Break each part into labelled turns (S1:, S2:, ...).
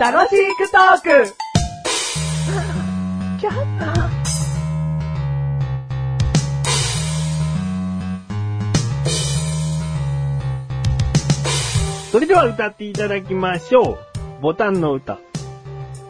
S1: 楽しくトーク
S2: それでは歌っていただきましょう。ボタンの歌。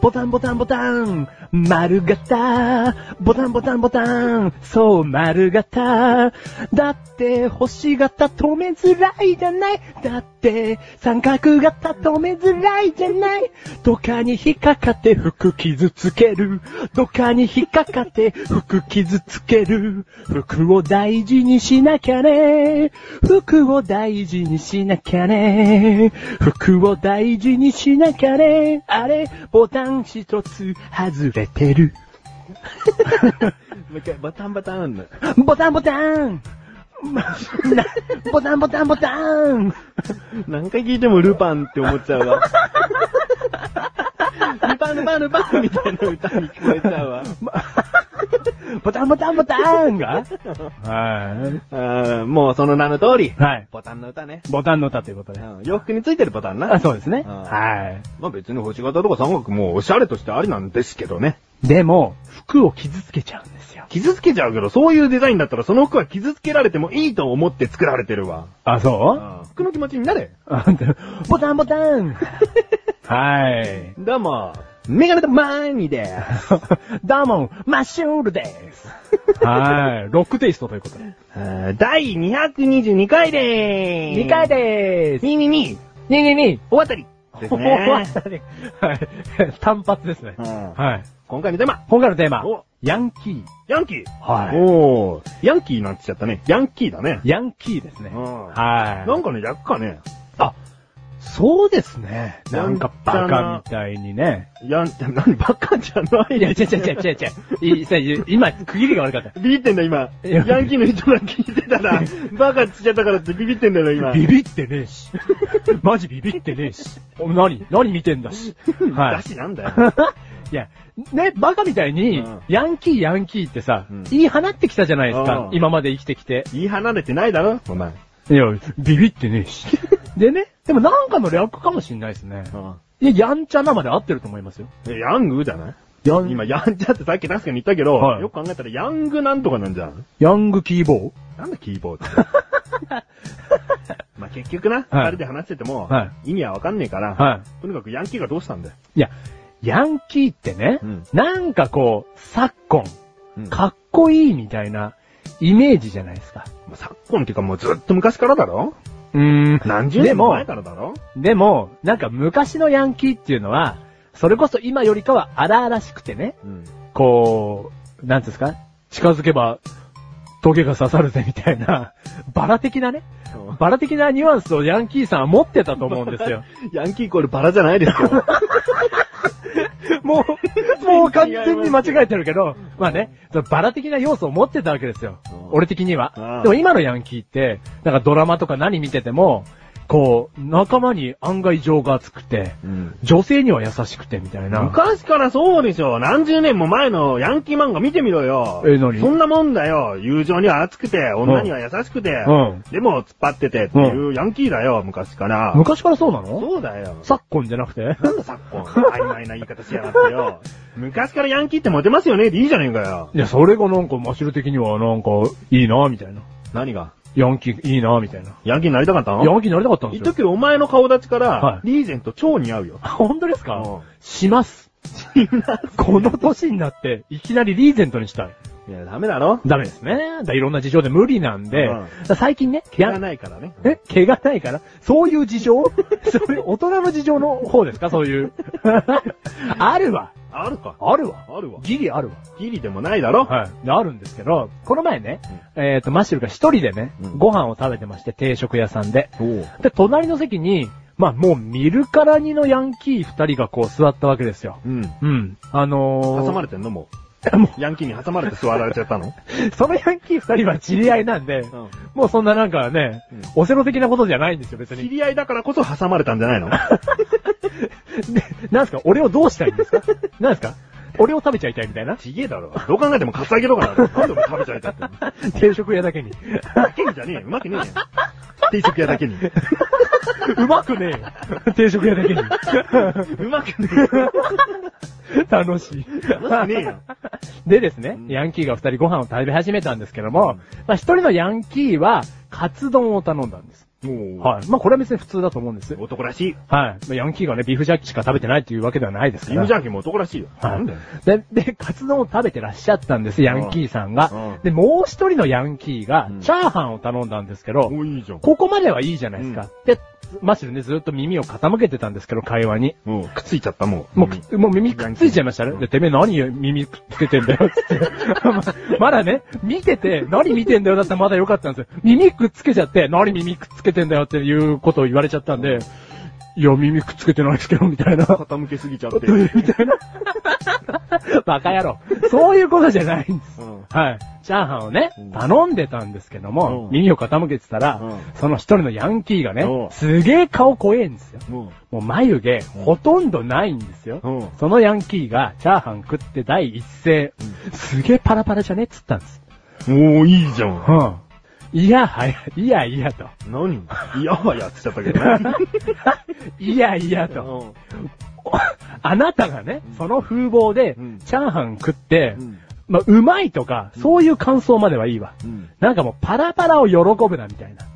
S2: ボタンボタンボタン、丸型。ボタンボタンボタン、そう丸型。だって星型止めづらいじゃない。だって三角型止めづらいじゃない。どかに引っかかって服傷つける。どかに引っかかって服傷つける。服を大事にしなきゃね。服を大事にしなきゃね。服を大事にしなきゃね。あれ、ボタン一つ外れてる。
S3: もう一回、バタンバタン。
S2: ボタンボタンなボタンボタンボタン
S3: 何回聞いてもルパンって思っちゃうわ。ルパンルパンルパンみたいな歌に聞こえちゃうわ。
S2: ボタンボタンボタンがは
S3: あーもうその名の通り
S2: い。。はい。
S3: ボタンの歌ね。
S2: ボタンの歌ということ
S3: う
S2: で。
S3: ん洋服についてるボタン
S2: あ
S3: な。
S2: そうですね。
S3: うん
S2: は
S3: まあ別に星型とか三角もおしゃれとしてありなんですけどね。
S2: い。でも、服を傷つけちゃうんですよ。
S3: 傷つけちゃうけど、そういうデザインだったらその服は傷つけられてもいいと思って作られてるわ。
S2: あ、そう
S3: うん服の気持ちになれ。
S2: あボタンボタンはい。
S3: どうも、メガネとマーニーで
S2: どうも、マッシュールです。はい。ロックテイストということで。
S3: す。あー第222回でーす。
S2: 2回でーす。
S3: 222、
S2: 222!
S3: 大当たりですね。
S2: はい。単発ですね。
S3: うん
S2: はい。
S3: 今回のテーマ、
S2: 今回のテーマ
S3: お、
S2: ヤンキー。
S3: ヤンキー。
S2: はい
S3: おー、ヤンキーなんて言っちゃったね。ヤンキーだね。
S2: ヤンキーですね。
S3: うん
S2: はい。
S3: なんかね、役かね、
S2: そうですね。なんかバカみたいにね。
S3: ヤン、何、バカじゃない
S2: いや、違う違う違う違 う違ういいさ。今、区切りが悪かった。
S3: ビビってんだ今。
S2: いや
S3: ヤンキーの人が聞いてた ら、バカっつっちゃったからってビビってんだよ今。
S2: ビビってねえ し。マジビビってねえし。お何何見てんだし。は
S3: だしなんだよ。
S2: い。いや、ね、バカみたいに
S3: うん、
S2: ヤンキーヤンキーってさ
S3: うん、
S2: 言い放ってきたじゃないですか
S3: う。ん
S2: 今まで生きてきて。
S3: 言い離れてないだろお前。
S2: いや、ビビってねえし。 でね、でもなんかの略かもしんないですね。いや、やんちゃなまで合ってると思いますよ。
S3: えヤングじゃない
S2: ヤン、
S3: 今、ヤンチャってさっき確かに言ったけど、
S2: はい
S3: よく考えたらヤングなんとかなんじゃん。
S2: ヤングキーボ
S3: なんでキーボー ドまあ結局な、二、
S2: はい
S3: 人で話してても、
S2: は
S3: 意味はわかんねえから、
S2: は
S3: とにかくヤンキーがどうしたんだよ。
S2: い。いや、ヤンキーってね、
S3: うん
S2: なんかこう、昨今、
S3: うん
S2: かっこいいみたいなイメージじゃないですか。
S3: まあ昨今っていうかもうずっと昔からだろ
S2: うーん
S3: 何十
S2: で
S3: 年も
S2: も
S3: 前、からだろ
S2: でも、なんか昔のヤンキーっていうのは、それこそ今よりかは荒々しくてね、
S3: うん。
S2: こう、なんていうんですか近づけば、トゲが刺さるぜみたいな、バラ的なね、バラ的なニュアンスをヤンキーさんは持ってたと思うんですよ。
S3: ヤンキーイコールバラじゃないですよ。
S2: も う、もう完全に間違えてるけど、まあね、そのバラ的な要素を持ってたわけですよ
S3: うん。
S2: 俺的に
S3: う
S2: は
S3: ん。
S2: でも今のヤンキーって、なんかドラマとか何見てても、こう、仲間に案外情が厚くて、
S3: うん
S2: 女性には優しくてみたいな。
S3: 昔からそうでしょ。何十年も前のヤンキー漫画見てみろよ。
S2: え何
S3: そんなもんだよ。友情には熱くて、女には優しくて、
S2: うん
S3: でも突っ張っててっていうヤンキーだよ、昔から。
S2: 昔からそうなの
S3: そうだよ。
S2: 昨今じゃなくて
S3: なんだ昨今、曖昧な言い方しやがって よ。昔からヤンキーってモテますよねでいいじゃねえかよ。
S2: いや、それがなんか、マシュル的にはなんか、いいなみたいな。
S3: 何が
S2: ヤンキーいいなみたいな。
S3: ヤンキーになりたかった
S2: ヤ
S3: の
S2: ンキーになりたかったんで
S3: 言っ
S2: す
S3: と
S2: よ。
S3: くけど、お前の顔立ちから、
S2: はい
S3: リーゼント超似合うよ。
S2: あ本当です
S3: うん
S2: かします。この年になって、いきなりリーゼントにしたい。
S3: いや、ダメだろ
S2: ダメですね。だいろんな事情で無理なんで、
S3: うん
S2: だ最近ね、
S3: 毛が
S2: い。
S3: ないからね。
S2: え毛がないからそういう 事情そういう大人の事情の方ですかそういう。 あるわ。
S3: あるか。
S2: あるわ。
S3: あるわ。
S2: ギリあるわ。
S3: ギリでもないだろ
S2: はい。あるんですけど、この前ね、えっ、と、マッシュルが一人でね、
S3: うん
S2: ご飯を食べてまして、定食屋さんで。
S3: おう
S2: で、隣の席に、まあもう見るからにのヤンキー二人がこう座ったわけですよ。
S3: うん。
S2: うん。あのー、
S3: 挟まれてんの も
S2: れも
S3: う。ヤンキーに挟まれて座られちゃったの
S2: う、 そのヤンキー二人は知り合いなんで、
S3: ん
S2: もうそんななんかね、
S3: うん
S2: オセロ的なことじゃないんですよ、別
S3: 知
S2: に。
S3: り合いだからこそ挟まれたんじゃないの
S2: で、なんすか俺をどうしたいんで すかなんすか俺を食べちゃいたいみたいな
S3: ちげえだろ。どう考えてもカツアゲとかだろ。何でも食べちゃいたって。
S2: 定食屋だけに。
S3: だけにじゃねえよ。うまくねえよ。定食屋だけに。
S2: うまくねえ。定食屋だ けに。
S3: うまくねえよ。
S2: 楽しい。
S3: うまくねえよ。
S2: でですね
S3: ん、
S2: ヤンキーが二人ご飯を食べ始めたんですけども、
S3: うん
S2: まあ一人のヤンキーは、カツ丼を頼んだんです。
S3: もう、
S2: はい。まあこれは別に普通だと思うんです。はい。
S3: 男らしい。
S2: まあヤンキーがね、ビーフジャーキーしか食べてないっていうわけではないですか
S3: ビ
S2: ら。
S3: ーフジャーキーも男らしいよ。
S2: は
S3: なんだよ。
S2: い。で、で、カツ丼を食べてらっしゃったんです、ヤンキーさんが
S3: うん。
S2: で、もう一人のヤンキーが
S3: うん、
S2: チャーハンを頼んだんですけど、
S3: おいいじゃん。
S2: ここまではいいじゃないですか。で、マシルね、ずっと耳を傾けてたんですけど、会話に。
S3: もう、くっついちゃった、もう。
S2: もうくっ、もう耳くっついちゃいましたね。で、てめえ何耳くっつけてんだよ、 つって。まだね、見てて、何見てんだよだったらまだ良かったんですよ。耳くっつけちゃって、何耳くっつけてんだよっていうことを言われちゃったんで、いや、耳くっつけてないですけど、みたいな。
S3: 傾けすぎちゃって。うん。
S2: みたいな。 バカ野郎。そういうことじゃないんです。はい。チャーハンをね
S3: うん、
S2: 頼んでたんですけども
S3: う、ん
S2: 耳を傾けてたら
S3: うん、
S2: その一人のヤンキーがね
S3: う、ん
S2: すげえ顔怖えんですよ。
S3: も
S2: もう眉毛、ほとんどないんですよ
S3: う、。うん。
S2: そのヤンキーが、チャーハン食って第一声、すげえパラパラじゃねっつったんです。
S3: もういいじゃん。
S2: うん。いやはや、いやいやと。
S3: 何 いやはやっつっちゃったけど ね。
S2: いやいやと。あなたがね、その風貌で
S3: うん、
S2: チャーハン食って、
S3: うん
S2: まあ、うまいとか、そういう感想まではいいわ。
S3: うん。
S2: なんかもうパラパラを喜ぶなみたいな。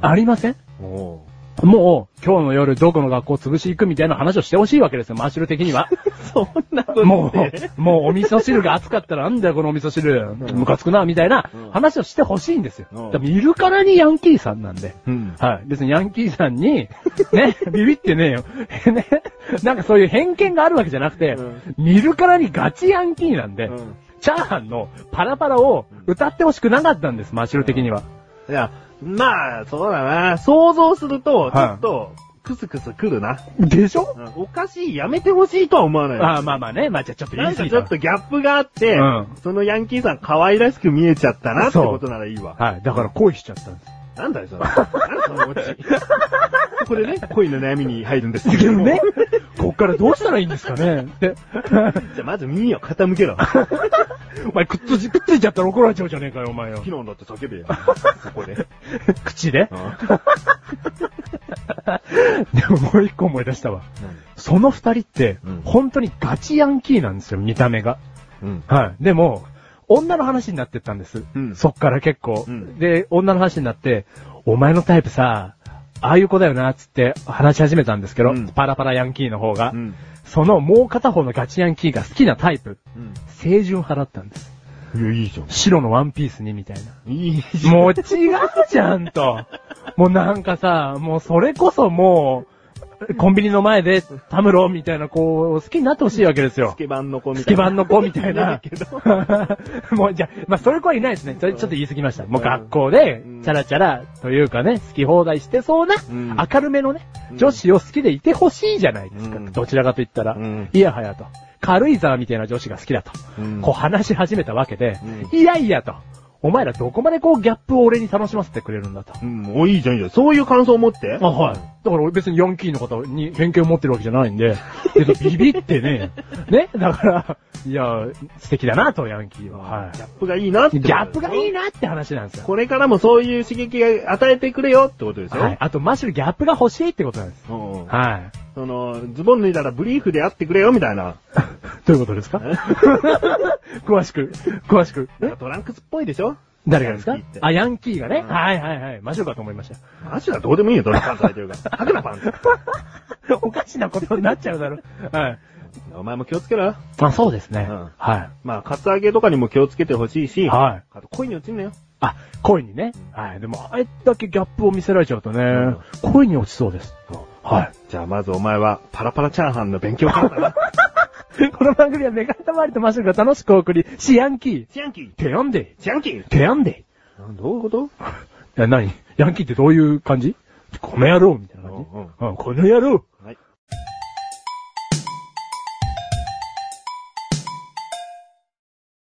S2: ありません
S3: おう
S2: もう、今日の夜どこの学校潰し行くみたいな話をしてほしいわけですよ、マッシュル的には。
S3: そんなこと
S2: もう、もうお味噌汁が熱かったらなんだよこのお味噌汁、ムカつくな、みたいな
S3: うん
S2: 話をしてほしいんですよ。
S3: うん
S2: でも見るからにヤンキーさんなんで。
S3: うん。
S2: はい。別にヤンキーさんに、 ね、ビビってねえよ。 ね、なんかそういう偏見があるわけじゃなくて、
S3: う
S2: 見るからにガチヤンキーなんで、
S3: うん
S2: チャーハンのパラパラを歌ってほしくなかったんです、マシュル的には。
S3: いや、まあ、そうだな。想像すると、ちょ
S2: はい
S3: っと、クスクスくるな。
S2: でしょ、
S3: おかしい、やめてほしいとは思わない。
S2: ああまあまあね、まあじゃあちょっと言
S3: なん
S2: い過
S3: か
S2: ぎ
S3: ちょ
S2: た
S3: っ。とギャップがあって、
S2: うん
S3: そのヤンキーさん可愛らしく見えちゃったなって
S2: そう
S3: ことならいいわ。
S2: はい。だから恋しちゃったんです。
S3: なんだよ、それ。なんだそのオチ。これね、恋の悩みに入るんですけ
S2: で
S3: ど
S2: も
S3: も。
S2: ね、こっ からどうしたらいいんですかねって。
S3: じゃあまず耳を傾けろ。昨
S2: お前くっつい、くっついちゃったら怒られちゃうじゃねえかよ、お 前よ
S3: 日。だって叫べよ。ここで。
S2: 口で
S3: う。ん
S2: でももう一個思い出したわ。その二人って
S3: うん、
S2: 本当にガチヤンキーなんですよ、見た目が。
S3: うん。
S2: はい。でも、女の話になってったんです。
S3: うん
S2: そっから結構、
S3: うん
S2: で、女の話になって、お前のタイプさ、ああいう子だよな、つって話し始めたんですけど、
S3: うん
S2: パラパラヤンキーの方が、
S3: うん。
S2: そのもう片方のガチヤンキーが好きなタイプ、
S3: う
S2: 青春派だったんです。
S3: ん。いや、いいじゃ
S2: 白のワンピースにみたいな。
S3: ん。いいじゃん。
S2: もう違うじゃんと。もうなんかさ、もうそれこそもう、コンビニの前でタムロみたいな子を好きになってほしいわけですよ
S3: ス。ケバンの子み
S2: ス
S3: た
S2: ケ
S3: いな。
S2: バンの子みたい
S3: いな
S2: ない
S3: けど。
S2: もうじゃあ、まあそういう子はいないですね。それちょっと言い過ぎました。もう学校で
S3: うん、
S2: チャラチャラというかね、好き放題してそうな
S3: うん、
S2: 明るめのね
S3: う、ん
S2: 女子を好きでいてほしいじゃないですか。
S3: うん
S2: どちらかと言ったら
S3: うん、
S2: いやはやと。軽井沢みたいな女子が好きだと。
S3: うん
S2: こう話し始めたわけで、
S3: う
S2: いやいやと。お前らどこまでこうギャップを俺に楽しませてくれるんだと。
S3: うん、もういいじゃん、いいじゃん。そういう感想を持って。
S2: あ、はい。だから俺別にヤンキーの方に偏見を持ってるわけじゃないんで、別にビビって ね。ねだから、いや、素敵だなと、ヤンキーは。は
S3: ギャップがいいなって
S2: い。
S3: こと
S2: ギャップがいい
S3: な。
S2: なって話なんですよ。
S3: これからもそういう刺激が与えてくれよってことですよ。
S2: はい。あと、マッシュルギャップが欲しいってことなんです。
S3: うんうん
S2: はい。
S3: その、ズボン脱いだらブリーフで会ってくれよみたいな。
S2: どういうことですか 詳しく、詳しく。
S3: トランクスっぽいでしょ
S2: 誰がですか
S3: ヤンキーって
S2: あ、ヤンキーがね。
S3: うん
S2: はいはいはい。マッシュルかと思い ました。
S3: マジだ、どうでもいいよ、ドラパンツ履いてるから。派手なパンツ。
S2: おかしなことになっちゃうだろ。はい。
S3: お前も気をつけろよ。
S2: まあそうですね。
S3: うん
S2: はい。
S3: まあ、カツアゲとかにも気をつけてほしいし、
S2: はい。
S3: あと、恋に落ちんなよ。
S2: あ、恋にね。はい。でも、あれだけギャップを見せられちゃうとね、
S3: ん
S2: 恋に落ちそうです。はい。
S3: じゃあ、まずお前は、パラパラチャーハンの勉強からだ な。
S2: この番組はメガネたまりとマシュルが楽しくお送り、シヤンキー。
S3: チャンキー
S2: てやんで
S3: チャンキー
S2: い。てやんで
S3: どういうこと
S2: い。え、なにヤンキーってどういう感じこの野郎みたいな感じ、
S3: うん
S2: うんこの野郎